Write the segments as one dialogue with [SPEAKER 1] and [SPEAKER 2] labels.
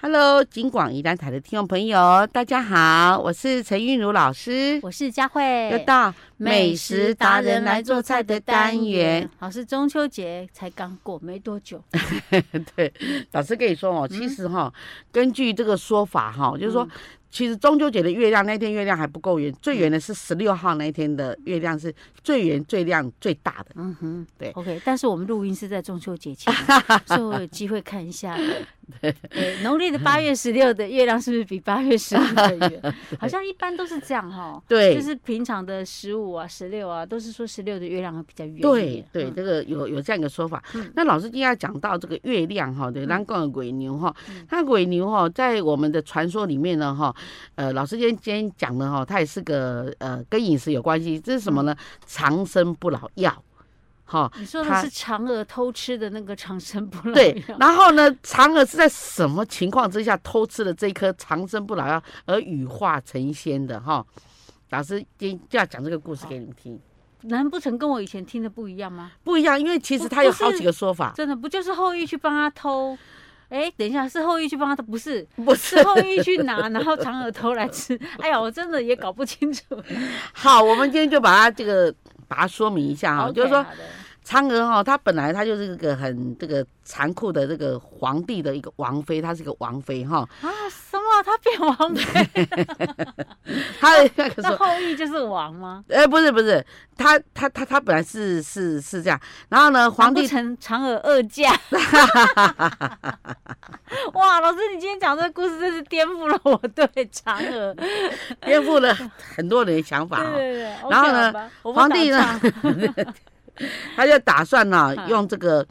[SPEAKER 1] Hello，金广宜兰台的听众朋友，大家好，我是陈韵如老师，
[SPEAKER 2] 我是佳慧，
[SPEAKER 1] 又到美食达人来做菜的单元。。
[SPEAKER 2] 老师，中秋节才刚过没多 久，
[SPEAKER 1] 对，老师跟你说哦，其实哈、根据这个说法哈、就是说，其实中秋节的月亮那天月亮还不够圆，最圆的是十六号那一天的月亮是最圆、最亮、最大的。
[SPEAKER 2] 嗯哼，
[SPEAKER 1] 对
[SPEAKER 2] ，OK。但是我们录音是在中秋 节前，所以我有机会看一下。对，农历的八月十六的月亮是不是比八月十五 的圆？好像一般都是这样哈。
[SPEAKER 1] 对，
[SPEAKER 2] 就是平常的十五啊、十六啊，都是说十六的月亮会比较圆一
[SPEAKER 1] 对
[SPEAKER 2] 点。
[SPEAKER 1] 对，
[SPEAKER 2] 嗯
[SPEAKER 1] 这个有有这样一个说法。
[SPEAKER 2] 嗯
[SPEAKER 1] 那老师今天要讲到这个月亮哈，对，咱讲的鬼牛哈，那鬼牛哈，在我们的传说里面呢哈，呃，老师今天今天讲的哈，它也是个呃跟饮食有关系，这是什么呢？长生不老嗯药，哈。
[SPEAKER 2] 你说的
[SPEAKER 1] 它
[SPEAKER 2] 是嫦娥偷吃的那个长生不老
[SPEAKER 1] 对
[SPEAKER 2] 药，
[SPEAKER 1] 然后呢，嫦娥是在什么情况之下偷吃了这颗长生不老药而羽化成仙的哈？老师今天就要讲这个故事给你们听，
[SPEAKER 2] 难不成跟我以前听的不一样吗？
[SPEAKER 1] 不一样，因为其实它有好几个说法，
[SPEAKER 2] 真的不就是后羿去帮他偷？哎、等一下，是后羿去帮他偷，不是
[SPEAKER 1] 不是
[SPEAKER 2] 是后羿去 拿，然后嫦娥偷来吃。哎呀，我真的也搞不清楚。
[SPEAKER 1] 好，我们今天就把它这个把它说明一下哈，
[SPEAKER 2] OK，
[SPEAKER 1] 啊就是说
[SPEAKER 2] 好的
[SPEAKER 1] 嫦娥哈，她本来她就是个很这个残酷的这个皇帝的一个王妃，她是个王妃 哈，
[SPEAKER 2] 啊，什么？他变王 妃？
[SPEAKER 1] 她 那个时
[SPEAKER 2] 那
[SPEAKER 1] 候。
[SPEAKER 2] 后羿就是王吗？
[SPEAKER 1] 哎、不是不是，她她她她本来是是是这样，然后呢，皇
[SPEAKER 2] 难不
[SPEAKER 1] 帝
[SPEAKER 2] 成嫦娥二 嫁？哇，老师，你今天讲这个故事真是颠覆了我对嫦娥。对
[SPEAKER 1] 颠覆了很多人的想法
[SPEAKER 2] 对
[SPEAKER 1] 哈，
[SPEAKER 2] 对，
[SPEAKER 1] 哦然后
[SPEAKER 2] OK，
[SPEAKER 1] 呢
[SPEAKER 2] 好吧，我不
[SPEAKER 1] 皇帝呢
[SPEAKER 2] 打岔？
[SPEAKER 1] 他就打算呢、
[SPEAKER 2] 嗯
[SPEAKER 1] 用这个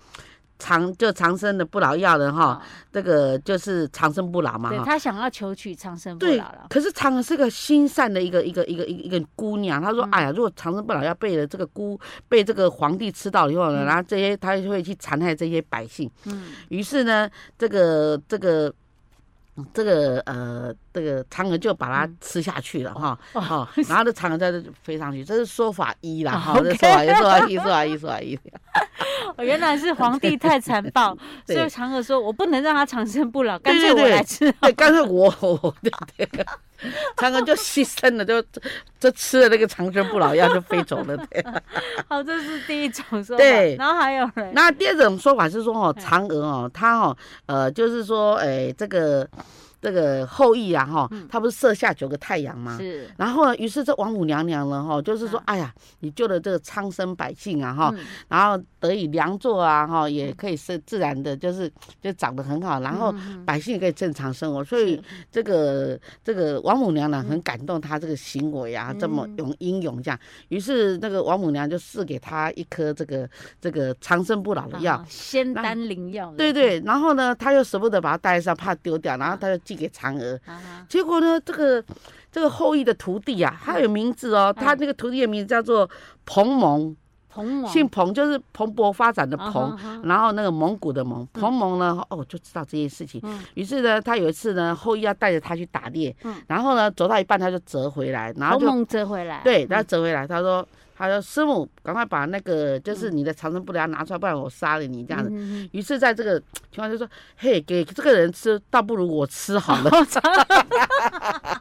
[SPEAKER 1] 长就长生的不老药的哈
[SPEAKER 2] 好，
[SPEAKER 1] 这个就是长生不老嘛
[SPEAKER 2] 嗯对
[SPEAKER 1] 哈，
[SPEAKER 2] 他想要求取长生不
[SPEAKER 1] 对
[SPEAKER 2] 老，了。
[SPEAKER 1] 可是嫦娥是个心善的一个一个一个一个一个姑娘，她说：“哎呀，如果长生不老要被了这个姑被这个皇帝吃到以后呢，然后这些她就会去残害这些百姓。
[SPEAKER 2] 嗯，
[SPEAKER 1] 于是呢，这个这个。”这个呃，这个嫦娥就把它吃下去了哈，哦，然后这嫦娥在这飞上去，这是说法一啦哈，这
[SPEAKER 2] OK
[SPEAKER 1] 说法一，说法一，说法一，说法一。
[SPEAKER 2] 哦，原来是皇帝太残暴，所
[SPEAKER 1] 对
[SPEAKER 2] 以嫦娥说：“我不能让他长生不老，
[SPEAKER 1] 对
[SPEAKER 2] 干
[SPEAKER 1] 对
[SPEAKER 2] 脆我
[SPEAKER 1] 对
[SPEAKER 2] 来吃。
[SPEAKER 1] 对，刚才我我对对， 嫦娥就牺牲了，就就吃了那个长生不老药就飞走了。对，
[SPEAKER 2] 好，这是第一种说法。
[SPEAKER 1] 对
[SPEAKER 2] 然后还有人，
[SPEAKER 1] 那第二种说法是说哦，
[SPEAKER 2] 嗯
[SPEAKER 1] 嫦娥哦，她哦，呃，就是说，哎，这个这个后羿啊，哈，他不是射下九个太阳吗？
[SPEAKER 2] 嗯是
[SPEAKER 1] 然后呢，于是这王母娘娘呢，哈，就是说
[SPEAKER 2] 嗯，
[SPEAKER 1] 哎呀，你救了这个苍生百姓啊，哈，
[SPEAKER 2] 嗯
[SPEAKER 1] 然后得以良作啊，哈，也可以是自然的，就是就长得很好，然后
[SPEAKER 2] 嗯
[SPEAKER 1] 百姓也可以正常生活，所以
[SPEAKER 2] 是
[SPEAKER 1] 这个这个王母娘娘很感动她这个行为啊，这么
[SPEAKER 2] 嗯
[SPEAKER 1] 勇英勇这样，于是那个王母娘娘就赐给她一颗这个这个长生不老的药
[SPEAKER 2] 啊，仙
[SPEAKER 1] 那
[SPEAKER 2] 丹灵药，
[SPEAKER 1] 对，对，然后呢，她又舍不得把它带上，怕丢掉，然后她就寄给嫦娥，
[SPEAKER 2] 啊哈
[SPEAKER 1] 结果呢，这个这个后羿的徒弟
[SPEAKER 2] 嗯
[SPEAKER 1] 啊，他有名字哦，他那个徒弟的名字叫做彭蒙，
[SPEAKER 2] 彭王
[SPEAKER 1] 姓彭就是蓬勃发展的
[SPEAKER 2] 啊哈
[SPEAKER 1] 彭，
[SPEAKER 2] 哈
[SPEAKER 1] 然后那个蒙古的蒙，彭蒙呢，哦，就知道这件事情。
[SPEAKER 2] 嗯
[SPEAKER 1] 于是呢，他有一次呢，后羿要带着他去打猎，
[SPEAKER 2] 嗯
[SPEAKER 1] 然后呢，走到一半他就折回来，然后
[SPEAKER 2] 彭
[SPEAKER 1] 就
[SPEAKER 2] 蒙折回来，
[SPEAKER 1] 对，
[SPEAKER 2] 嗯
[SPEAKER 1] 他折回来，他说，他说师母，赶快把那个就是你的长生不老药拿出来，不然我杀了你这样子。
[SPEAKER 2] 嗯嗯
[SPEAKER 1] 于是在这个情况就说，嘿，给这个人吃，倒不如我吃好
[SPEAKER 2] 哦
[SPEAKER 1] 了。
[SPEAKER 2] 嗯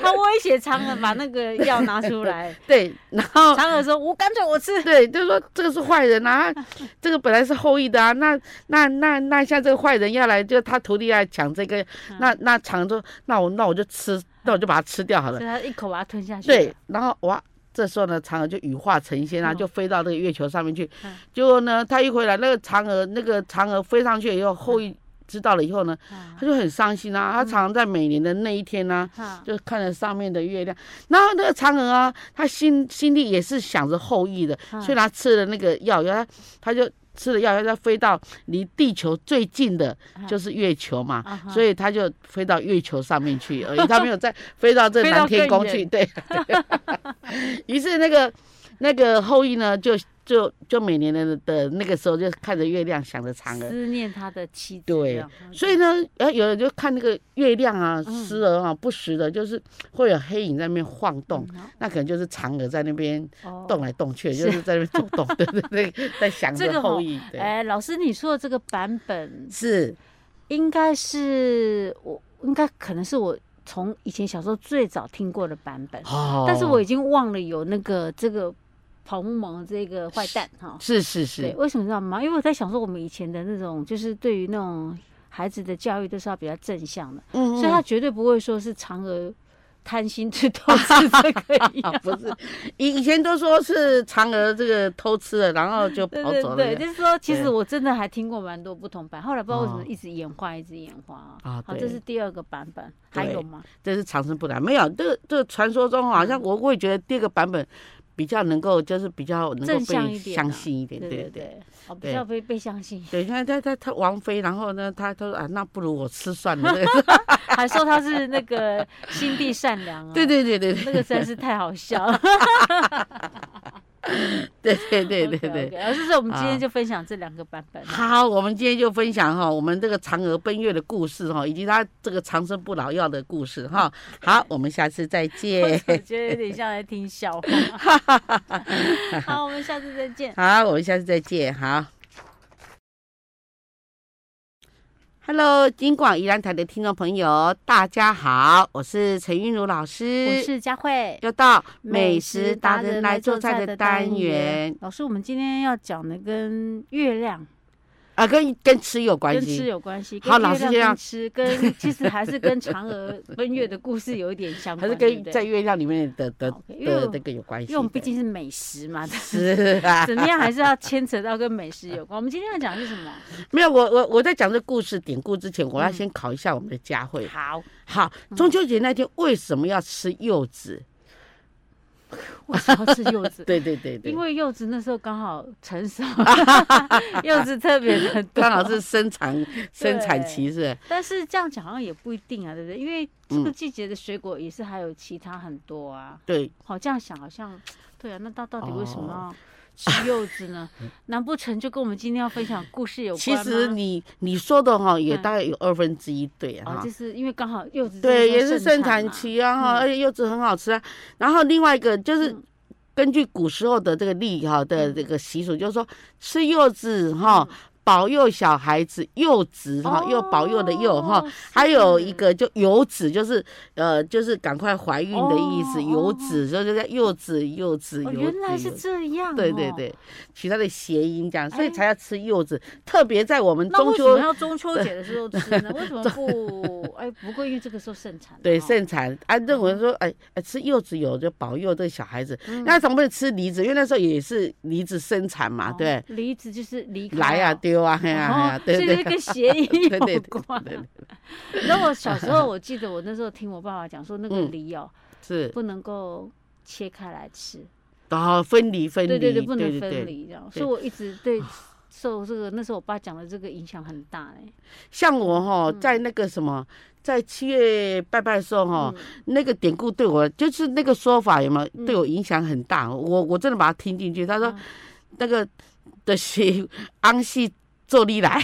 [SPEAKER 2] 他威胁嫦娥把那个药拿 出来，
[SPEAKER 1] 对，然后
[SPEAKER 2] 嫦娥说：“我干脆我吃。
[SPEAKER 1] 对，就是说这个是坏人 啊，这个本来是后羿的啊，那那那那像这个坏人要来，就他徒弟要来抢这个，
[SPEAKER 2] 嗯
[SPEAKER 1] 那那抢说，那我那我就吃，那我就把它吃掉好”
[SPEAKER 2] 所
[SPEAKER 1] 了
[SPEAKER 2] 以。他一口把它吞嗯下去。
[SPEAKER 1] 对，，然后哇，这时候呢，嫦娥就羽化成仙啊，
[SPEAKER 2] 嗯
[SPEAKER 1] 就飞到那个月球上面去
[SPEAKER 2] 嗯。
[SPEAKER 1] 结果呢，他一回来，那个嫦娥那个嫦娥飞上去以后，
[SPEAKER 2] 嗯
[SPEAKER 1] 后羿知道了以后呢，
[SPEAKER 2] 啊
[SPEAKER 1] 他就很伤心
[SPEAKER 2] 嗯
[SPEAKER 1] 啊，他常常在每年的那一天呢、
[SPEAKER 2] 哈
[SPEAKER 1] 就看着上面的月亮，然后那个嫦娥啊，她心心里也是想着后羿的，
[SPEAKER 2] 嗯
[SPEAKER 1] 所以她吃了那个药，然后她她就吃了药，然后她飞到离地球最近的
[SPEAKER 2] 嗯
[SPEAKER 1] 就是月球嘛，
[SPEAKER 2] 啊哈
[SPEAKER 1] 所以她就飞到月球上面去 而已，她没有再飞到这
[SPEAKER 2] 飞到
[SPEAKER 1] 南天宫
[SPEAKER 2] 更
[SPEAKER 1] 去。
[SPEAKER 2] 远
[SPEAKER 1] 对， 于是那个那个后羿呢，就就就每年的的那个时候，就看着月亮，想着嫦娥。
[SPEAKER 2] 啊思念他的妻子
[SPEAKER 1] 对
[SPEAKER 2] 这样。
[SPEAKER 1] 所以呢，呃，有人就看那个月亮啊，
[SPEAKER 2] 嗯
[SPEAKER 1] 时而啊，不时的，就是会有黑影在那边晃动，
[SPEAKER 2] 嗯
[SPEAKER 1] 那可能就是嫦娥在那边
[SPEAKER 2] 哦
[SPEAKER 1] 动来动去，就是在那边 走动，对对对，在想
[SPEAKER 2] 这
[SPEAKER 1] 着
[SPEAKER 2] 个
[SPEAKER 1] 后
[SPEAKER 2] 吼
[SPEAKER 1] 羿，对，
[SPEAKER 2] 哎，老师，你说的这个版本
[SPEAKER 1] 是
[SPEAKER 2] 应该是我，应该可能是我从以前小时候最早听过的版本，
[SPEAKER 1] 哦，
[SPEAKER 2] 但是我已经忘了有那个这个跑木萌这个坏蛋哈。
[SPEAKER 1] 是是
[SPEAKER 2] 对，
[SPEAKER 1] 是，
[SPEAKER 2] 为什么知道吗？因为我在想说，我们以前的那种，就是对于那种孩子的教育都是要比较正向的，
[SPEAKER 1] 嗯
[SPEAKER 2] 所以他绝对不会说是嫦娥贪心去偷吃这个一样
[SPEAKER 1] 哦，不是以以前都说是嫦娥这个偷吃了，然后就
[SPEAKER 2] 对
[SPEAKER 1] 跑
[SPEAKER 2] 对
[SPEAKER 1] 走了
[SPEAKER 2] 对，就是说，其实
[SPEAKER 1] 对
[SPEAKER 2] 我真的还听过蛮多不同版，后来不知道为什么
[SPEAKER 1] 哦
[SPEAKER 2] 一直演化，一直演化啊。
[SPEAKER 1] 啊
[SPEAKER 2] 好，
[SPEAKER 1] 对
[SPEAKER 2] 这是第二个版本，还
[SPEAKER 1] 对
[SPEAKER 2] 有吗？
[SPEAKER 1] 这是长生不老。没有，这个这个传说中好
[SPEAKER 2] 嗯
[SPEAKER 1] 像我会觉得第二个版本比较能够，就是比较能够
[SPEAKER 2] 正向
[SPEAKER 1] 被
[SPEAKER 2] 一点
[SPEAKER 1] 相
[SPEAKER 2] 啊
[SPEAKER 1] 信一点，
[SPEAKER 2] 对
[SPEAKER 1] 对
[SPEAKER 2] 对
[SPEAKER 1] 对。
[SPEAKER 2] 对，哦，比
[SPEAKER 1] 对
[SPEAKER 2] 较被被相信，
[SPEAKER 1] 对，他他他他王妃，然后呢，他他说啊，那不如我吃算 了。
[SPEAKER 2] 还说他是那 个心地善良啊。
[SPEAKER 1] 对对对对
[SPEAKER 2] 那
[SPEAKER 1] 对
[SPEAKER 2] 个实在是太好笑了。
[SPEAKER 1] 对对 对对
[SPEAKER 2] OK，OK，
[SPEAKER 1] 对。
[SPEAKER 2] 而是说我们今
[SPEAKER 1] 啊
[SPEAKER 2] 天就分享这两个版本啊。
[SPEAKER 1] 好，我们今天就分享哈，我们这个嫦娥奔月的故事哈，以及她这个长生不老药的故事哈。好，我们下次再见。
[SPEAKER 2] 我觉得有点像在听笑话。 好，我们下次再见。
[SPEAKER 1] 好，我们下次再见。好。Hello，金广宜兰台的听众朋友，大家好，我是陈韵如老师，
[SPEAKER 2] 我是佳慧，
[SPEAKER 1] 又到美食达人来做菜的单元。
[SPEAKER 2] 老师，我们今天要讲的跟月亮、
[SPEAKER 1] 啊，跟跟吃有关
[SPEAKER 2] 跟吃
[SPEAKER 1] 系，
[SPEAKER 2] 有关系，
[SPEAKER 1] 好
[SPEAKER 2] 跟
[SPEAKER 1] 老
[SPEAKER 2] 月
[SPEAKER 1] 师
[SPEAKER 2] 亮
[SPEAKER 1] 这样
[SPEAKER 2] 跟 吃跟其实还是跟嫦娥奔月的故事有一点相
[SPEAKER 1] 还
[SPEAKER 2] 关，
[SPEAKER 1] 是
[SPEAKER 2] 对
[SPEAKER 1] 跟
[SPEAKER 2] 不对
[SPEAKER 1] 在月亮里面的的
[SPEAKER 2] 好因为
[SPEAKER 1] 的
[SPEAKER 2] 我
[SPEAKER 1] 那个有关系的。
[SPEAKER 2] 因为我们毕竟是美食嘛，
[SPEAKER 1] 是啊，
[SPEAKER 2] 怎么样还是要牵扯到跟美食有关。我们今天要讲的是什么？
[SPEAKER 1] 没有我我我在讲这故事典故之前，我要先考一下我们的佳慧。
[SPEAKER 2] 嗯好，
[SPEAKER 1] 好，中秋节那天为什么要吃柚子？
[SPEAKER 2] 为什么要吃柚 子？
[SPEAKER 1] 对对对对
[SPEAKER 2] 嗯因，为柚子那时候刚好成 熟，柚子特别的多。
[SPEAKER 1] 刚好是生产 生产期是吧
[SPEAKER 2] 但是这样讲好像也不一定啊，对不对？因为这个
[SPEAKER 1] 嗯
[SPEAKER 2] 季节的水果也是还有其他很多啊。
[SPEAKER 1] 对，
[SPEAKER 2] 好，这样想好像，对啊，那到到底为什
[SPEAKER 1] 哦
[SPEAKER 2] 么要吃柚 子呢？难不成就跟我们今天要分享的故事有
[SPEAKER 1] 其
[SPEAKER 2] 关吗？
[SPEAKER 1] 实你你说的哈，也
[SPEAKER 2] 嗯
[SPEAKER 1] 大概有二分之一对
[SPEAKER 2] 哦，
[SPEAKER 1] 哈
[SPEAKER 2] 就。是因为刚好柚子
[SPEAKER 1] 对，也
[SPEAKER 2] 这
[SPEAKER 1] 是
[SPEAKER 2] 时候
[SPEAKER 1] 盛产
[SPEAKER 2] 嘛，
[SPEAKER 1] 期啊，哈
[SPEAKER 2] 嗯
[SPEAKER 1] 而且柚子很好吃啊。然后另外一个就是
[SPEAKER 2] 嗯
[SPEAKER 1] 根据古时候的这个例哈的
[SPEAKER 2] 嗯
[SPEAKER 1] 这个习俗，就是说吃柚子哈，保佑小孩子柚子哈，又保佑的柚哈。
[SPEAKER 2] 哦
[SPEAKER 1] 还有一
[SPEAKER 2] 是
[SPEAKER 1] 个就游子，就是呃，就是赶快怀孕的意思。
[SPEAKER 2] 哦
[SPEAKER 1] 游
[SPEAKER 2] 哦
[SPEAKER 1] 子就是在柚子，柚子，
[SPEAKER 2] 哦，
[SPEAKER 1] 柚子。
[SPEAKER 2] 原来是
[SPEAKER 1] 柚子
[SPEAKER 2] 这样、哦，
[SPEAKER 1] 对对。对，取它的谐音这样，所以
[SPEAKER 2] 哎
[SPEAKER 1] 才要吃柚子。特别在我们
[SPEAKER 2] 那
[SPEAKER 1] 中
[SPEAKER 2] 为什么
[SPEAKER 1] 秋
[SPEAKER 2] 要中秋节的时候吃 呢？为什么不？哎，不过因为这个时候盛产，
[SPEAKER 1] 对
[SPEAKER 2] 哦嗯
[SPEAKER 1] 盛产，啊，认为说，哎哎，吃柚子有就保佑这个小孩子。那怎么不能吃梨子？因为那时候也是梨子生产嘛，
[SPEAKER 2] 哦
[SPEAKER 1] 对，
[SPEAKER 2] 梨子就是离开
[SPEAKER 1] 来啊，
[SPEAKER 2] 哦
[SPEAKER 1] 丢啊，嘿啊，嘿啊，
[SPEAKER 2] 哦所
[SPEAKER 1] 对
[SPEAKER 2] 以这
[SPEAKER 1] 对
[SPEAKER 2] 跟谐音
[SPEAKER 1] 对对对
[SPEAKER 2] 有关。
[SPEAKER 1] 对，
[SPEAKER 2] 然后我小 时候，我记得我那时候听我爸爸讲说，那个
[SPEAKER 1] 嗯
[SPEAKER 2] 梨哦、
[SPEAKER 1] 是，
[SPEAKER 2] 不能够切开来吃，
[SPEAKER 1] 然后分离分离，
[SPEAKER 2] 对对对，不能
[SPEAKER 1] 对
[SPEAKER 2] 分
[SPEAKER 1] 对。
[SPEAKER 2] 离这样。
[SPEAKER 1] 对
[SPEAKER 2] 所以我一直对受这个那时候我爸讲的这个影响很大哎、
[SPEAKER 1] 像我哈，
[SPEAKER 2] 嗯
[SPEAKER 1] 在那个什么，在七月拜拜的时候哈，
[SPEAKER 2] 嗯
[SPEAKER 1] 那个典故对我就是那个说法有没有对我影响很大？我我真的把它听进去。他说
[SPEAKER 2] 嗯
[SPEAKER 1] 那个的是昂系做力来。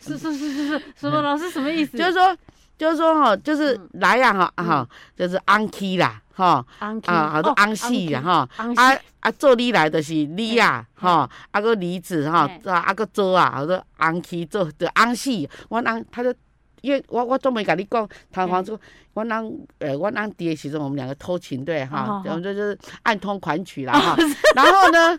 [SPEAKER 2] 是是是是是，什么老师什么意思？
[SPEAKER 1] 就是说，就是说哈，就是
[SPEAKER 2] 嗯
[SPEAKER 1] 来呀哈哈，就是安 k 啦哈
[SPEAKER 2] 昂哦
[SPEAKER 1] 啊，好多安系啦，哈
[SPEAKER 2] 昂
[SPEAKER 1] 啊
[SPEAKER 2] 西
[SPEAKER 1] 啊，做你来就是你啊
[SPEAKER 2] 嗯嘿
[SPEAKER 1] 哈，啊个梨子哈
[SPEAKER 2] 嘿，
[SPEAKER 1] 啊啊个做啊，好多安 k 做的安系，我翁他就。因为我我专门跟你讲，弹簧说，我翁呃，我翁弟的时候，我们两个偷情对哈
[SPEAKER 2] 哦，
[SPEAKER 1] 然后就是暗通款曲啦哈。然后呢，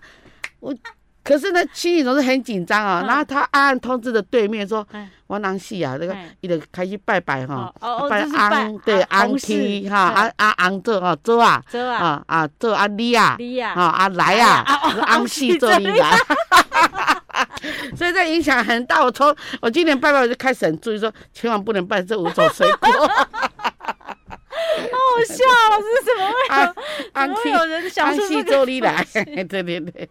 [SPEAKER 1] 我可是呢，心里总是很紧张啊。
[SPEAKER 2] 嗯
[SPEAKER 1] 然后他暗暗通知的对面说，
[SPEAKER 2] 哎
[SPEAKER 1] 我翁戏啊，那个
[SPEAKER 2] 哎
[SPEAKER 1] 伊就开始拜拜哈
[SPEAKER 2] 哦，哦哦，
[SPEAKER 1] 拜
[SPEAKER 2] 就是拜
[SPEAKER 1] 翁对
[SPEAKER 2] 啊
[SPEAKER 1] 翁
[SPEAKER 2] 红事
[SPEAKER 1] 去哈，
[SPEAKER 2] 哎
[SPEAKER 1] 啊啊翁做哈做啊
[SPEAKER 2] 这啊，
[SPEAKER 1] 啊啊做啊你啊
[SPEAKER 2] 梨呀、
[SPEAKER 1] 啊啊来啊
[SPEAKER 2] 来啊哦，
[SPEAKER 1] 翁戏做你来，
[SPEAKER 2] 啊
[SPEAKER 1] 所以这影响很大。我从我今年拜拜我就开始很注意说，千万不能拜这五种水果。
[SPEAKER 2] 好笑，老师怎么会有
[SPEAKER 1] 啊，翁
[SPEAKER 2] 怎么会
[SPEAKER 1] 去
[SPEAKER 2] 有人想
[SPEAKER 1] 翁
[SPEAKER 2] 出这
[SPEAKER 1] 戏
[SPEAKER 2] 个
[SPEAKER 1] 做你 来，对 对对，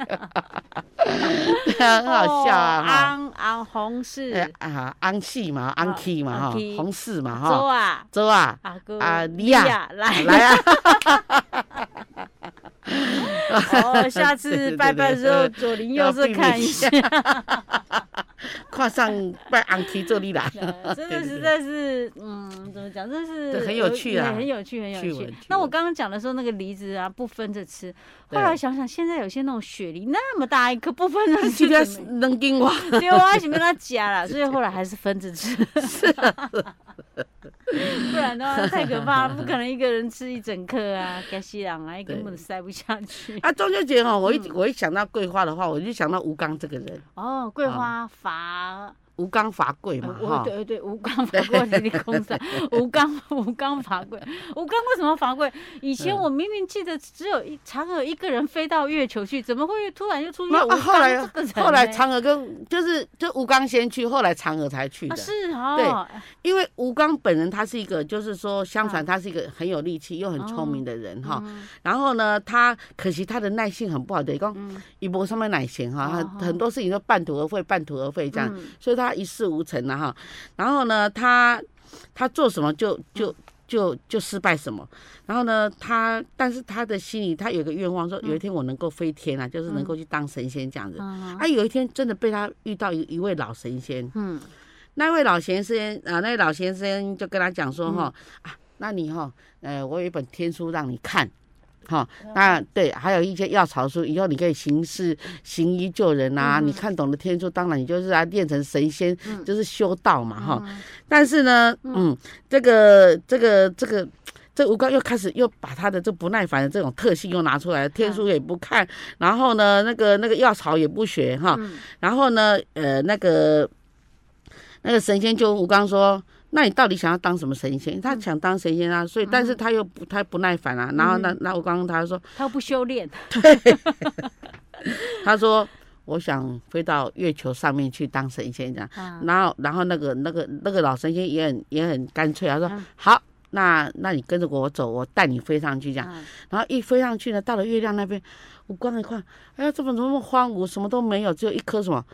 [SPEAKER 1] 很好笑啊哈。
[SPEAKER 2] 哦昂昂红是
[SPEAKER 1] 哎啊，安戏嘛，安
[SPEAKER 2] 啊
[SPEAKER 1] 气嘛，哈
[SPEAKER 2] 安，气
[SPEAKER 1] 红事嘛，
[SPEAKER 2] 周
[SPEAKER 1] 哈，
[SPEAKER 2] 啊
[SPEAKER 1] 周啊，
[SPEAKER 2] 阿哥
[SPEAKER 1] 啊
[SPEAKER 2] 利
[SPEAKER 1] 利亚
[SPEAKER 2] 来
[SPEAKER 1] 来啊，
[SPEAKER 2] 哦，下
[SPEAKER 1] 对对
[SPEAKER 2] 次
[SPEAKER 1] 对
[SPEAKER 2] 哦 拜拜的时候
[SPEAKER 1] 对呃
[SPEAKER 2] 左邻
[SPEAKER 1] 要
[SPEAKER 2] 右舍
[SPEAKER 1] 避免
[SPEAKER 2] 看
[SPEAKER 1] 一
[SPEAKER 2] 一下。
[SPEAKER 1] 跨上拜昂提这里来，
[SPEAKER 2] 对 真的实在是，嗯，怎么讲？真是
[SPEAKER 1] 对很有趣啊
[SPEAKER 2] 对很有趣，很
[SPEAKER 1] 趣
[SPEAKER 2] 有
[SPEAKER 1] 闻
[SPEAKER 2] 趣
[SPEAKER 1] 趣。
[SPEAKER 2] 那我
[SPEAKER 1] 闻
[SPEAKER 2] 刚刚讲的时候，那个梨子啊，不分着吃。后
[SPEAKER 1] 对
[SPEAKER 2] 来想想，现在有些那种雪梨那么大一颗，不分着吃
[SPEAKER 1] 今天
[SPEAKER 2] 怎么，
[SPEAKER 1] 能给我，
[SPEAKER 2] 对，我还想 跟他夹啦，所以后来还是分着吃。
[SPEAKER 1] 啊
[SPEAKER 2] 不然的话太可怕了，不可能一个人吃一整颗啊， 该西郎啊，根本塞不下 去。
[SPEAKER 1] 啊，中秋节哈，我一、
[SPEAKER 2] 嗯
[SPEAKER 1] 我一想到桂花的话，我就想到吴刚这个人，
[SPEAKER 2] 哦，桂花伐，
[SPEAKER 1] 吴刚伐桂嘛
[SPEAKER 2] 呃我
[SPEAKER 1] 哈。
[SPEAKER 2] 对对对，吴刚伐桂，你的公司，啊吴刚吴刚伐桂，吴刚为什么伐桂？以
[SPEAKER 1] 嗯
[SPEAKER 2] 前我明明记得只有一嫦娥一个人飞到月球去，怎么会突然又出现
[SPEAKER 1] 那
[SPEAKER 2] 吴
[SPEAKER 1] 啊后
[SPEAKER 2] 刚
[SPEAKER 1] 来
[SPEAKER 2] 这个人呢？
[SPEAKER 1] 后来嫦娥跟就是就吴刚先去，后来嫦娥才去
[SPEAKER 2] 啊
[SPEAKER 1] 的。
[SPEAKER 2] 是哦，
[SPEAKER 1] 因为吴刚本人他是一个，就是说相传
[SPEAKER 2] 啊
[SPEAKER 1] 他是一个很有力气又很聪明的人哈。
[SPEAKER 2] 嗯
[SPEAKER 1] 然后呢，他可惜他的耐性很不好，等于讲
[SPEAKER 2] 嗯
[SPEAKER 1] 一波上面耐性哈，
[SPEAKER 2] 哦
[SPEAKER 1] 他很多事情都半途而废，半途而废这样。
[SPEAKER 2] 嗯
[SPEAKER 1] 所以他一事无成了哈。然后呢，他他做什么就就就就失败什么。然后呢，他但是他的心里他有个愿望说，
[SPEAKER 2] 嗯
[SPEAKER 1] 有一天我能够飞天啊，就是能够去当神仙这样子。
[SPEAKER 2] 嗯
[SPEAKER 1] 啊，有一天真的被他遇到一一位老神仙，
[SPEAKER 2] 嗯
[SPEAKER 1] 那位老先生啊，那位老先生就跟他讲
[SPEAKER 2] 嗯
[SPEAKER 1] 说哈、啊，那你哈，呃，我有一本天书让你看。哈，
[SPEAKER 2] 嗯
[SPEAKER 1] 那对，还有一些药草书，以后你可以行事行医救人啊。
[SPEAKER 2] 嗯哼
[SPEAKER 1] 你看懂了天书，当然你就是啊练成神仙，
[SPEAKER 2] 嗯
[SPEAKER 1] 就是修道嘛哈。
[SPEAKER 2] 嗯
[SPEAKER 1] 但是呢，
[SPEAKER 2] 嗯
[SPEAKER 1] 嗯，这个这个这个这吴刚又开始又把他的这不耐烦的这种特性又拿出来了，
[SPEAKER 2] 嗯
[SPEAKER 1] 天书也不看，然后呢，那个那个药草也不学哈，
[SPEAKER 2] 嗯
[SPEAKER 1] 然后呢，呃，那个那个神仙就吴刚说。那你到底想要当什么神仙？他想当神仙
[SPEAKER 2] 嗯
[SPEAKER 1] 啊，所以但是他又不他不耐烦啊。然后那那吴刚他说
[SPEAKER 2] 他不修炼，
[SPEAKER 1] 他说我想飞到月球上面去当神仙这样。
[SPEAKER 2] 啊
[SPEAKER 1] 然后，然后那个那个那个老神仙也很也很干脆啊，说、
[SPEAKER 2] 嗯
[SPEAKER 1] 好，那那你跟着我走，我带你飞上去这样。
[SPEAKER 2] 啊
[SPEAKER 1] 然后一飞上去呢，到了月亮那边，我光一看，哎呀，这么怎么那么荒芜，什么都没有，只有一棵什么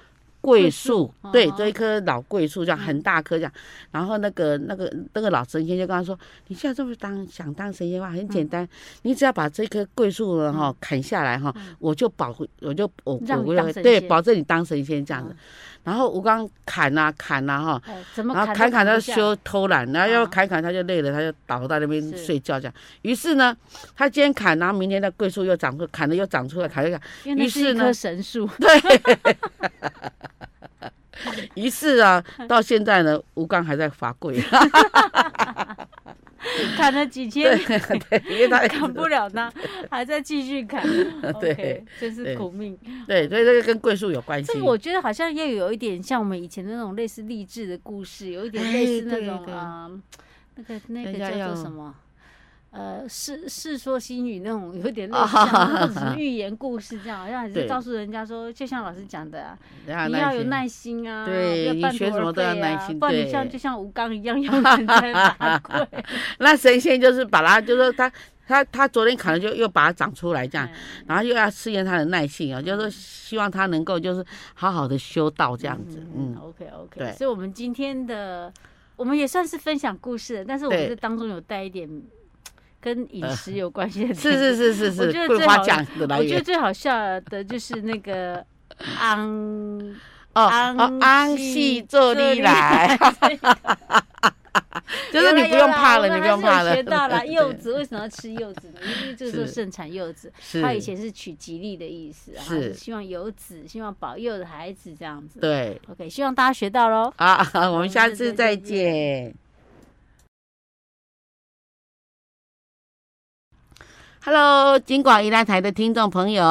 [SPEAKER 1] 桂
[SPEAKER 2] 桂
[SPEAKER 1] 树，
[SPEAKER 2] 树
[SPEAKER 1] 对，
[SPEAKER 2] 哦
[SPEAKER 1] 这一棵老桂树这样很大棵这样。然后那个那个那个老神仙就跟他说：“你现在这么当想当神仙的话，很简
[SPEAKER 2] 嗯
[SPEAKER 1] 单，你只要把这棵桂树呢哈砍下来哈，我就保护，我就我
[SPEAKER 2] 嗯让
[SPEAKER 1] 我
[SPEAKER 2] 你
[SPEAKER 1] 会
[SPEAKER 2] 当
[SPEAKER 1] 让
[SPEAKER 2] 神
[SPEAKER 1] 对
[SPEAKER 2] 仙
[SPEAKER 1] 保证你当神仙这样子
[SPEAKER 2] 嗯。”
[SPEAKER 1] 然后吴刚砍啊砍啊哈，
[SPEAKER 2] 哎怎么
[SPEAKER 1] 然后
[SPEAKER 2] 砍
[SPEAKER 1] 侃
[SPEAKER 2] 都
[SPEAKER 1] 侃他
[SPEAKER 2] 不下
[SPEAKER 1] 休偷懒，然后要
[SPEAKER 2] 啊
[SPEAKER 1] 侃侃他就累了，他就倒在那边
[SPEAKER 2] 是
[SPEAKER 1] 睡觉这样。于是呢，他今天砍，然后明天那桂树又长出，砍了又长出来，砍了又 长。
[SPEAKER 2] 因
[SPEAKER 1] 于
[SPEAKER 2] 为那是
[SPEAKER 1] 是
[SPEAKER 2] 一
[SPEAKER 1] 呢
[SPEAKER 2] 棵神树，
[SPEAKER 1] 于是啊，到现在呢，吴刚还在罚 跪，
[SPEAKER 2] 砍了几千
[SPEAKER 1] 对，因为他
[SPEAKER 2] 砍不了呢，还在继续砍。
[SPEAKER 1] 对
[SPEAKER 2] OK，真
[SPEAKER 1] 对
[SPEAKER 2] 是苦命。
[SPEAKER 1] 对，所以这个跟桂树有关系
[SPEAKER 2] 这个。我觉得好像又有一点像我们以前的那种类似励志的故事，有一点类似
[SPEAKER 1] 哎对
[SPEAKER 2] 那种
[SPEAKER 1] 对
[SPEAKER 2] 啊、呃那个那
[SPEAKER 1] 人
[SPEAKER 2] 个
[SPEAKER 1] 家
[SPEAKER 2] 叫
[SPEAKER 1] 要
[SPEAKER 2] 做什么？呃，《世世说新语》那种有 点类
[SPEAKER 1] 啊
[SPEAKER 2] 似像，
[SPEAKER 1] 哈哈
[SPEAKER 2] 或者什么寓言故事这样，好像还
[SPEAKER 1] 对
[SPEAKER 2] 是告诉人家说，就像老师讲的、啊，
[SPEAKER 1] 人家
[SPEAKER 2] 你要有
[SPEAKER 1] 心
[SPEAKER 2] 耐心啊，
[SPEAKER 1] 对
[SPEAKER 2] 不要
[SPEAKER 1] 你
[SPEAKER 2] 半途
[SPEAKER 1] 学什
[SPEAKER 2] 而
[SPEAKER 1] 么都要
[SPEAKER 2] 废
[SPEAKER 1] 耐
[SPEAKER 2] 啊
[SPEAKER 1] 心
[SPEAKER 2] 不然
[SPEAKER 1] 对
[SPEAKER 2] 你像就像吴刚一样，永远 在 打滚。
[SPEAKER 1] 那神仙就是把他，就说他他他昨天砍了，就又把它长出来
[SPEAKER 2] 嗯
[SPEAKER 1] 这样。然后又要试验他的耐性啊，就是说希望他能够就是好好的修道这样子，嗯，
[SPEAKER 2] OK
[SPEAKER 1] 对
[SPEAKER 2] OK，所以我们今天的我们也算是分享故事了，但是我
[SPEAKER 1] 对
[SPEAKER 2] 们这当中有带一点跟饮食有 关 系的、
[SPEAKER 1] 呃是是，是是
[SPEAKER 2] 我
[SPEAKER 1] 是
[SPEAKER 2] 觉，得
[SPEAKER 1] 桂
[SPEAKER 2] 最
[SPEAKER 1] 花
[SPEAKER 2] 好
[SPEAKER 1] 奖的来
[SPEAKER 2] 我觉
[SPEAKER 1] 源
[SPEAKER 2] 得。最好笑的就是那个昂
[SPEAKER 1] 哦
[SPEAKER 2] 安
[SPEAKER 1] 哦，安系做力 来， 就是你不用怕了，你不用怕了。
[SPEAKER 2] 学到 了
[SPEAKER 1] 对
[SPEAKER 2] 柚子为什么要吃柚子呢？因为就是说
[SPEAKER 1] 是
[SPEAKER 2] 盛产柚子，
[SPEAKER 1] 是
[SPEAKER 2] 它以前是取吉利的意思啊，
[SPEAKER 1] 是
[SPEAKER 2] 希望有子，希望保佑的孩子这样子。
[SPEAKER 1] 对
[SPEAKER 2] OK，希望大家学到喽。
[SPEAKER 1] 啊， 我们
[SPEAKER 2] 们
[SPEAKER 1] 下
[SPEAKER 2] 下
[SPEAKER 1] 次
[SPEAKER 2] 次
[SPEAKER 1] 再
[SPEAKER 2] 再
[SPEAKER 1] 见。Hello，金广宜兰台的听众朋友，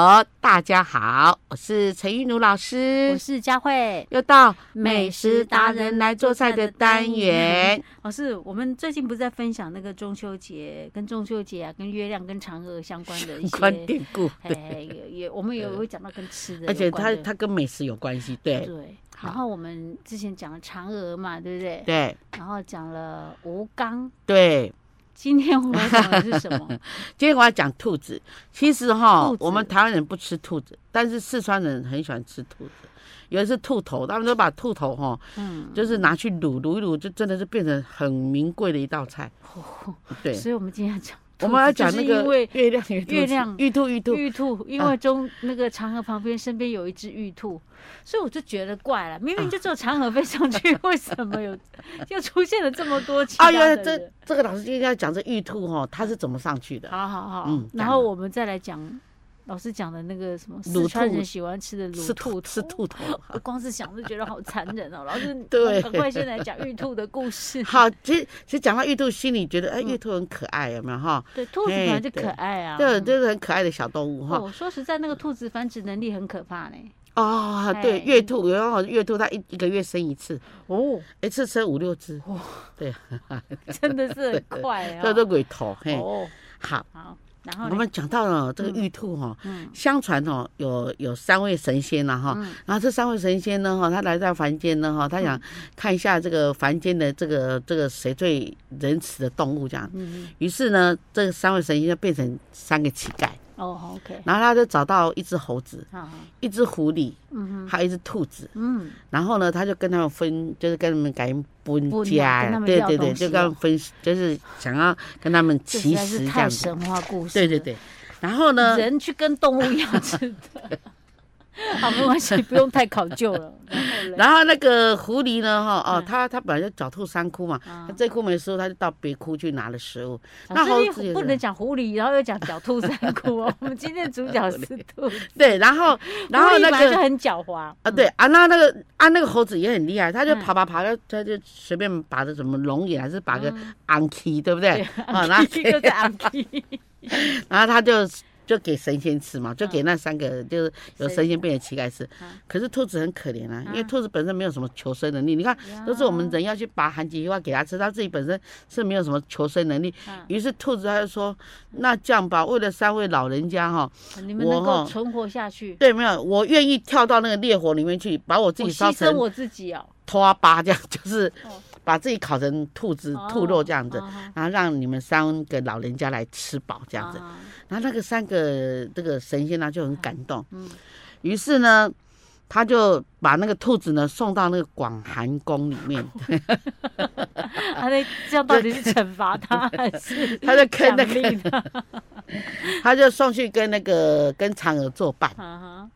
[SPEAKER 1] 大家好，我是陈玉茹老
[SPEAKER 2] 我
[SPEAKER 1] 师，
[SPEAKER 2] 是佳慧。
[SPEAKER 1] 又到美
[SPEAKER 2] 美
[SPEAKER 1] 食
[SPEAKER 2] 食
[SPEAKER 1] 达
[SPEAKER 2] 达
[SPEAKER 1] 人
[SPEAKER 2] 人
[SPEAKER 1] 来
[SPEAKER 2] 来
[SPEAKER 1] 做
[SPEAKER 2] 做
[SPEAKER 1] 菜
[SPEAKER 2] 菜
[SPEAKER 1] 的
[SPEAKER 2] 的
[SPEAKER 1] 单
[SPEAKER 2] 单
[SPEAKER 1] 元
[SPEAKER 2] 元。老师，我们最近不哦是在分享那个中秋节，跟中秋节啊，跟月亮、跟嫦娥相关的一些，
[SPEAKER 1] 观典故，
[SPEAKER 2] 哎，也也我们也会讲到跟吃的有
[SPEAKER 1] 而且它
[SPEAKER 2] 关的，
[SPEAKER 1] 它跟美食有关系，对
[SPEAKER 2] 对。
[SPEAKER 1] 好
[SPEAKER 2] 然后我们之前讲了嫦娥嘛，对不对？
[SPEAKER 1] 对
[SPEAKER 2] 然后讲了吴刚，
[SPEAKER 1] 对。
[SPEAKER 2] 今天我们讲的是什 么？
[SPEAKER 1] 今天我要讲兔子。其实哈
[SPEAKER 2] 兔，子
[SPEAKER 1] 我们台湾人不吃兔子，但是四川人很喜欢吃兔子。有一次兔头，他们都把兔头哈，
[SPEAKER 2] 嗯，
[SPEAKER 1] 就是拿
[SPEAKER 2] 哦
[SPEAKER 1] 去卤，卤一卤，就真的是变成很名贵的一道菜。对，
[SPEAKER 2] 所以我们今天要讲
[SPEAKER 1] 我们要讲
[SPEAKER 2] 就是
[SPEAKER 1] 那个
[SPEAKER 2] 因为
[SPEAKER 1] 月亮与兔子
[SPEAKER 2] 月亮
[SPEAKER 1] 玉兔玉兔，
[SPEAKER 2] 玉兔，因为中那个长河旁边身边有一只玉兔，所以我就觉得怪了，明明就只有长河飞上去，为什么有又出现了这么多其他
[SPEAKER 1] 哎
[SPEAKER 2] 的
[SPEAKER 1] 呀，
[SPEAKER 2] 人？
[SPEAKER 1] 这这个老师今天要讲这玉兔哈，它是怎么上去的？
[SPEAKER 2] 好好好，
[SPEAKER 1] 嗯
[SPEAKER 2] 然后我们再来讲老师讲的那个什么
[SPEAKER 1] 卤
[SPEAKER 2] 四川
[SPEAKER 1] 兔
[SPEAKER 2] 人喜欢吃的
[SPEAKER 1] 是
[SPEAKER 2] 卤
[SPEAKER 1] 兔
[SPEAKER 2] 兔
[SPEAKER 1] 是
[SPEAKER 2] 头。
[SPEAKER 1] 兔头。
[SPEAKER 2] 我光是想就觉得好残忍哦，老师，
[SPEAKER 1] 对
[SPEAKER 2] 赶快先来讲玉兔的故事。
[SPEAKER 1] 好，其实其实讲到玉兔，心里觉得哎，
[SPEAKER 2] 嗯
[SPEAKER 1] 玉兔很可爱，有没有哈？
[SPEAKER 2] 对，兔子
[SPEAKER 1] 嘿
[SPEAKER 2] 本来就
[SPEAKER 1] 对
[SPEAKER 2] 可爱啊。
[SPEAKER 1] 这
[SPEAKER 2] 嗯
[SPEAKER 1] 这是很可爱的小动物哈。
[SPEAKER 2] 哦，说实在，那个兔子繁殖能力很可怕呢。
[SPEAKER 1] 啊，对，
[SPEAKER 2] 哎
[SPEAKER 1] 月兔，然后月兔它一一个月生一次，
[SPEAKER 2] 哦，
[SPEAKER 1] 一次生五六只，
[SPEAKER 2] 真的是很快啊。
[SPEAKER 1] 叫做鬼头。嘿，
[SPEAKER 2] 哦，
[SPEAKER 1] 好，
[SPEAKER 2] 好，然后
[SPEAKER 1] 我
[SPEAKER 2] 呢
[SPEAKER 1] 们讲到了这个玉兔哈，
[SPEAKER 2] 嗯
[SPEAKER 1] 相传哦有有三位神仙了哈，
[SPEAKER 2] 嗯
[SPEAKER 1] 然后这三位神仙呢哈，他来到凡间呢哈，他想看一下这个凡间的这个这个谁最仁慈的动物这样。
[SPEAKER 2] 嗯，
[SPEAKER 1] 于是呢，这三位神仙就变成三个乞丐，
[SPEAKER 2] 哦好，OK，
[SPEAKER 1] 然后他就找到一只猴子、
[SPEAKER 2] 好好，
[SPEAKER 1] 一只狐狸，
[SPEAKER 2] 嗯哼，
[SPEAKER 1] 还有一只兔子，
[SPEAKER 2] 嗯，
[SPEAKER 1] 然后呢，他就跟他们分，就是跟他们赶紧分
[SPEAKER 2] 分
[SPEAKER 1] 家呀
[SPEAKER 2] 啊跟他，们
[SPEAKER 1] 对
[SPEAKER 2] 要
[SPEAKER 1] 对对，
[SPEAKER 2] 东西
[SPEAKER 1] 就跟他们分，就是想要跟他们
[SPEAKER 2] 这
[SPEAKER 1] 其
[SPEAKER 2] 实在是
[SPEAKER 1] 实这
[SPEAKER 2] 太
[SPEAKER 1] 样子，
[SPEAKER 2] 神话故事，
[SPEAKER 1] 对对，对。然后呢，
[SPEAKER 2] 人去跟动物要吃的， 好，没关系，不用太考究了。嗯然后嘞
[SPEAKER 1] 然后 那个狐狸呢，哈哦
[SPEAKER 2] 嗯，
[SPEAKER 1] 它它本来就狡兔三窟嘛，它
[SPEAKER 2] 啊
[SPEAKER 1] 这窟没食物，它就到别窟去拿了食物。那
[SPEAKER 2] 老师
[SPEAKER 1] 猴
[SPEAKER 2] 因为
[SPEAKER 1] 子也是
[SPEAKER 2] 不能讲狐狸，然后又讲狡兔三窟哦。我们今天的主角是兔子，
[SPEAKER 1] 对，然后然
[SPEAKER 2] 狐
[SPEAKER 1] 后
[SPEAKER 2] 狸
[SPEAKER 1] 那
[SPEAKER 2] 本来就
[SPEAKER 1] 个
[SPEAKER 2] 很狡猾
[SPEAKER 1] 啊，对啊，那那个啊那个猴子也很厉害，它就
[SPEAKER 2] 嗯
[SPEAKER 1] 爬爬爬，它它就随便拔的什么龙眼还是拔个
[SPEAKER 2] 嗯
[SPEAKER 1] 昂 k 对不对？啊，然
[SPEAKER 2] 嗯
[SPEAKER 1] 后
[SPEAKER 2] 一个在阿 K，
[SPEAKER 1] 然后它就。就给神仙吃嘛，就给
[SPEAKER 2] 嗯
[SPEAKER 1] 那三个就是有神仙变成乞丐吃
[SPEAKER 2] 嗯。
[SPEAKER 1] 可是兔子很可怜啊，因为
[SPEAKER 2] 嗯
[SPEAKER 1] 兔子本身没有什么求生能力。你看，都是我们人要去拔寒极花给它吃，它自己本身是没有什么求生能力。
[SPEAKER 2] 嗯
[SPEAKER 1] 于是兔子他就说：“那这样吧，为了三位老人家哈，
[SPEAKER 2] 你们能
[SPEAKER 1] 我
[SPEAKER 2] 够
[SPEAKER 1] 哈
[SPEAKER 2] 存活下去，
[SPEAKER 1] 对，没有，我愿意跳到那个烈火里面去，把我自
[SPEAKER 2] 我
[SPEAKER 1] 己烧
[SPEAKER 2] 牺牲
[SPEAKER 1] 成
[SPEAKER 2] 我自己哦，
[SPEAKER 1] 拖啊巴这样，就是
[SPEAKER 2] 哦
[SPEAKER 1] 把自己烤成兔子
[SPEAKER 2] 哦
[SPEAKER 1] 兔肉这样子，
[SPEAKER 2] 啊哈
[SPEAKER 1] 然后让你们三个老人家来吃饱这样子。
[SPEAKER 2] 啊
[SPEAKER 1] 然后那个三个这个神仙呢就很感动，
[SPEAKER 2] 嗯
[SPEAKER 1] 于是呢。”他就把那个兔子呢送到那个广寒宫里面，
[SPEAKER 2] 哦啊，那这样到底是惩罚他还是
[SPEAKER 1] 他就跟那个，
[SPEAKER 2] 奖励他？
[SPEAKER 1] 他就送去跟那个跟嫦娥作伴。
[SPEAKER 2] 啊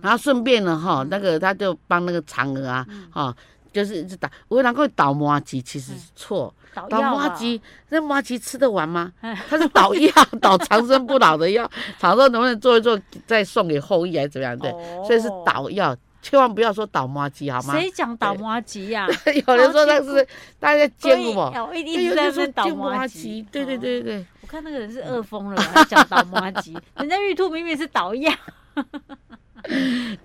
[SPEAKER 1] 然后顺便呢，
[SPEAKER 2] 嗯
[SPEAKER 1] 哈，那个他就帮那个嫦娥啊，哈，就是一直打。我难怪倒麻吉其实是错，
[SPEAKER 2] 哈，
[SPEAKER 1] 倒
[SPEAKER 2] 捣药
[SPEAKER 1] 麻
[SPEAKER 2] 吧，
[SPEAKER 1] 吉那麻吉吃得完吗
[SPEAKER 2] 哎？
[SPEAKER 1] 他是捣药， 捣长生不老的药，长生能不能做一做再送给后羿还是怎么样？对，
[SPEAKER 2] 哦
[SPEAKER 1] 所以是捣药，千万不要说倒麻吉好吗？
[SPEAKER 2] 谁讲倒麻吉 呀？
[SPEAKER 1] 有人说那是大家
[SPEAKER 2] 所
[SPEAKER 1] 煎
[SPEAKER 2] 以
[SPEAKER 1] 我，
[SPEAKER 2] 哦，一
[SPEAKER 1] 对
[SPEAKER 2] 直
[SPEAKER 1] 有
[SPEAKER 2] 在
[SPEAKER 1] 人
[SPEAKER 2] 那
[SPEAKER 1] 说
[SPEAKER 2] 边倒
[SPEAKER 1] 煎麻
[SPEAKER 2] 麻
[SPEAKER 1] 吉
[SPEAKER 2] 吉，，
[SPEAKER 1] 对对
[SPEAKER 2] 哦。
[SPEAKER 1] 对嗯对。
[SPEAKER 2] 我看那个人是饿疯了，还讲倒麻吉， 人家玉兔明明是 倒药，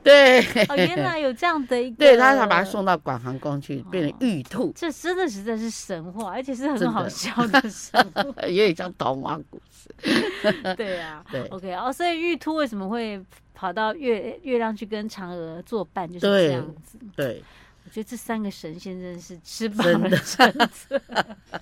[SPEAKER 1] 对，
[SPEAKER 2] 哦，原来有这样的一个，
[SPEAKER 1] 对，他才把他，送到广寒宫去，变成玉兔，
[SPEAKER 2] 这真的实在是神话，而且是
[SPEAKER 1] 真
[SPEAKER 2] 很
[SPEAKER 1] 的
[SPEAKER 2] 好笑的神话，
[SPEAKER 1] 有点像童话故事。
[SPEAKER 2] 对啊
[SPEAKER 1] 对
[SPEAKER 2] ，OK，哦，所以玉兔为什么会跑到月月亮去跟嫦娥作伴，就是
[SPEAKER 1] 对
[SPEAKER 2] 这样子。
[SPEAKER 1] 对，
[SPEAKER 2] 我觉得这三个神仙真的是吃饱
[SPEAKER 1] 真
[SPEAKER 2] 了 撑着。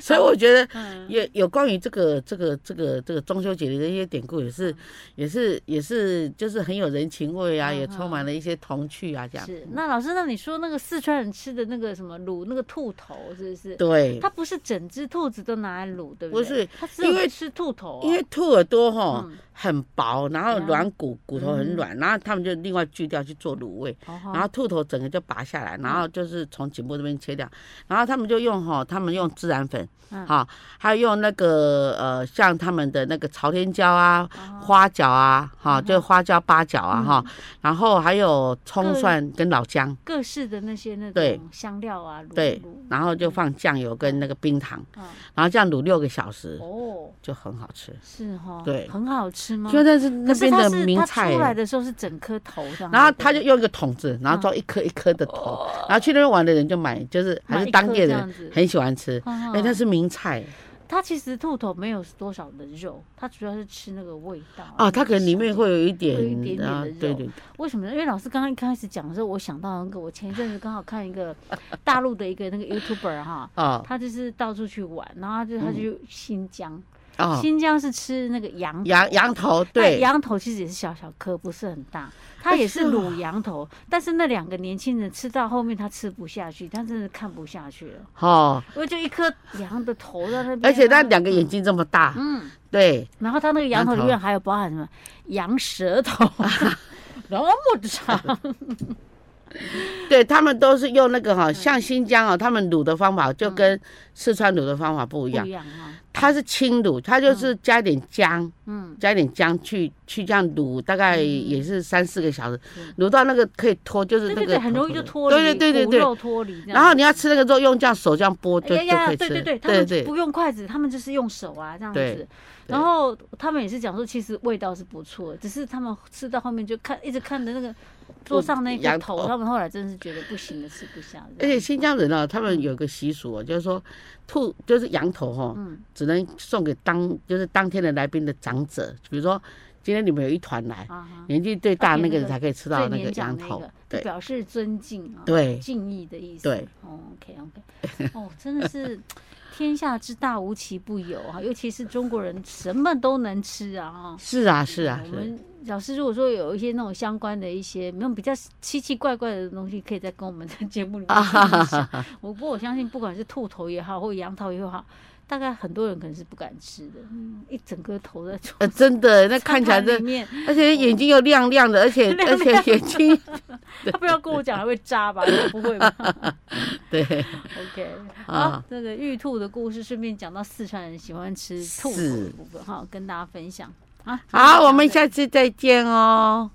[SPEAKER 1] 所以我觉得
[SPEAKER 2] 嗯，
[SPEAKER 1] 也有关于这个这个这个这个中秋节的一些典故，也是也是也是就是很有人情味啊，
[SPEAKER 2] 嗯
[SPEAKER 1] 也充满了一些童趣啊，这样。
[SPEAKER 2] 是。那老师，那你说那个四川人吃的那个什么卤那个兔头，是不是？
[SPEAKER 1] 对，
[SPEAKER 2] 它不是整只兔子都拿来卤，对
[SPEAKER 1] 不
[SPEAKER 2] 对？
[SPEAKER 1] 是
[SPEAKER 2] 它只有
[SPEAKER 1] 因为
[SPEAKER 2] 吃兔头哦、
[SPEAKER 1] 因为兔耳朵哈
[SPEAKER 2] 嗯
[SPEAKER 1] 很薄，然后
[SPEAKER 2] 对啊嗯
[SPEAKER 1] 软骨骨头很软，然后他们就另外锯掉去做卤味，
[SPEAKER 2] 哦嗯吼
[SPEAKER 1] 然后兔头整个就拔下来，然后就是从颈部这边切掉，然后他们就用哈，他们用孜然粉，
[SPEAKER 2] 嗯
[SPEAKER 1] 哈，还有用那个呃，像他们的那个朝天椒啊、
[SPEAKER 2] 哦嗯
[SPEAKER 1] 花椒啊，哈，就花椒、八角啊，哈，然后还有葱
[SPEAKER 2] 各
[SPEAKER 1] 蒜跟老姜，
[SPEAKER 2] 各式的那些那
[SPEAKER 1] 对
[SPEAKER 2] 种香料啊，卤
[SPEAKER 1] 对
[SPEAKER 2] 卤，
[SPEAKER 1] 然后就放酱油跟那个冰糖，
[SPEAKER 2] 啊，
[SPEAKER 1] 然后这样卤六个小时
[SPEAKER 2] 哦，
[SPEAKER 1] 就很好吃，
[SPEAKER 2] 是哈、
[SPEAKER 1] 对
[SPEAKER 2] 很好吃吗？
[SPEAKER 1] 就那是那
[SPEAKER 2] 哦可是
[SPEAKER 1] 边
[SPEAKER 2] 它
[SPEAKER 1] 的
[SPEAKER 2] 是
[SPEAKER 1] 名
[SPEAKER 2] 它
[SPEAKER 1] 菜
[SPEAKER 2] 出来
[SPEAKER 1] 耶。
[SPEAKER 2] 的时候是整颗头这样子的，
[SPEAKER 1] 然后他就用一个桶子，然后装一颗一颗的头，然后去那边玩的人就买，就是还
[SPEAKER 2] 买
[SPEAKER 1] 是
[SPEAKER 2] 一
[SPEAKER 1] 当
[SPEAKER 2] 颗
[SPEAKER 1] 地
[SPEAKER 2] 这
[SPEAKER 1] 人
[SPEAKER 2] 样子
[SPEAKER 1] 很喜欢吃。哎、
[SPEAKER 2] 嗯，哎
[SPEAKER 1] 那是名菜
[SPEAKER 2] 它其实兔头没有多少的肉，它主要是吃那个味道
[SPEAKER 1] 啊，它可能里面会有一
[SPEAKER 2] 哦有一点
[SPEAKER 1] 点
[SPEAKER 2] 点的
[SPEAKER 1] 啊
[SPEAKER 2] 肉，
[SPEAKER 1] 对对，
[SPEAKER 2] 为什么呢？因为老师刚刚一开始讲的时候，我想到那个，我前一阵子刚好看一个 大陆的一个那个 YouTuber 哈，
[SPEAKER 1] 哦嗯
[SPEAKER 2] 他就是到处去玩，然后他就他就去新疆，
[SPEAKER 1] 哦，
[SPEAKER 2] 新疆是吃那个羊头
[SPEAKER 1] 羊羊头
[SPEAKER 2] 那
[SPEAKER 1] 对，
[SPEAKER 2] 羊头其实也是小小颗，不是很大，它也是
[SPEAKER 1] 是哦
[SPEAKER 2] 卤羊头，但是那两个年轻人吃到后面他吃不下去，他真的看不下去了，
[SPEAKER 1] 哦，
[SPEAKER 2] 因为就一颗羊的头在那边，
[SPEAKER 1] 而且那两个眼，睛这么大，
[SPEAKER 2] 嗯，
[SPEAKER 1] 对，
[SPEAKER 2] 然后他那个羊头里
[SPEAKER 1] 羊
[SPEAKER 2] 面还有包含什么羊舌 头，那么长，
[SPEAKER 1] 对他们都是用那个
[SPEAKER 2] 嗯
[SPEAKER 1] 哈，像新疆哦，他们卤的方法就跟四川卤的方法 不
[SPEAKER 2] 不
[SPEAKER 1] 一样
[SPEAKER 2] 一，样啊，
[SPEAKER 1] 它是清卤，它就是加一点姜，
[SPEAKER 2] 嗯，
[SPEAKER 1] 加一点姜去去这样卤，大概也是三四个小时
[SPEAKER 2] 嗯，
[SPEAKER 1] 卤到那个可以脱，就是
[SPEAKER 2] 对
[SPEAKER 1] 那
[SPEAKER 2] 对
[SPEAKER 1] 个
[SPEAKER 2] 对，很容易就脱离，
[SPEAKER 1] 对对对
[SPEAKER 2] 骨
[SPEAKER 1] 对对。
[SPEAKER 2] 肉脱离这样，
[SPEAKER 1] 然后你要吃那个肉，用这样手这样剥就就
[SPEAKER 2] 哎呀
[SPEAKER 1] 可
[SPEAKER 2] 呀，
[SPEAKER 1] 以
[SPEAKER 2] 对
[SPEAKER 1] 吃
[SPEAKER 2] 对
[SPEAKER 1] 了，
[SPEAKER 2] 对，他
[SPEAKER 1] 对
[SPEAKER 2] 们
[SPEAKER 1] 对
[SPEAKER 2] 不用筷子，他们就是用手啊这样
[SPEAKER 1] 对
[SPEAKER 2] 子。然后他们也是讲说，其实味道是不错的，只是他们吃到后面就看一直看着那个桌上那
[SPEAKER 1] 羊
[SPEAKER 2] 个头，
[SPEAKER 1] 头
[SPEAKER 2] 他们后来真是觉得不行了，吃不下。
[SPEAKER 1] 而且新疆人啊，他们有一个习俗、哦，就是说兔就是羊头哈、
[SPEAKER 2] 嗯
[SPEAKER 1] 只能送给当就是当天的来宾的长者，比如说今天你们有一团来，
[SPEAKER 2] 啊哈，
[SPEAKER 1] 年纪最大
[SPEAKER 2] 啊
[SPEAKER 1] 那个
[SPEAKER 2] 那
[SPEAKER 1] 人
[SPEAKER 2] 个
[SPEAKER 1] 才可以吃到
[SPEAKER 2] 最
[SPEAKER 1] 那个
[SPEAKER 2] 年
[SPEAKER 1] 羊
[SPEAKER 2] 长那
[SPEAKER 1] 头
[SPEAKER 2] 个，，就
[SPEAKER 1] 对
[SPEAKER 2] 表示尊敬啊，
[SPEAKER 1] 对
[SPEAKER 2] 敬意的意思。
[SPEAKER 1] 对
[SPEAKER 2] ，OK OK，哦，真的是天下之大无奇不有啊，尤其是中国人什么都能吃啊啊。
[SPEAKER 1] 是啊是啊
[SPEAKER 2] 我
[SPEAKER 1] 是啊
[SPEAKER 2] 们老师如果说有一些那种相关的一些那种比较奇奇怪怪的 东西，可以再跟我们在节目里面分享。 我不过我相信，不管是兔头也好，或羊头也好，大概很多人可能是不敢吃的。嗯，一整个头在
[SPEAKER 1] 呃，真的，那 看起来
[SPEAKER 2] 这
[SPEAKER 1] 这
[SPEAKER 2] 里，面，
[SPEAKER 1] 而且眼睛又亮亮的，而且
[SPEAKER 2] 亮
[SPEAKER 1] 而且
[SPEAKER 2] 亮的
[SPEAKER 1] 眼 睛，
[SPEAKER 2] 他不要跟我讲还会 扎吧？应该不会吧
[SPEAKER 1] 对，
[SPEAKER 2] ？OK，
[SPEAKER 1] 啊
[SPEAKER 2] 好，这个玉兔的故事，顺便讲到四川人喜欢吃兔
[SPEAKER 1] 是
[SPEAKER 2] 的部分，好跟大家分享啊。
[SPEAKER 1] 好，我
[SPEAKER 2] 今天就到这
[SPEAKER 1] 们
[SPEAKER 2] 里
[SPEAKER 1] 下次再见哦。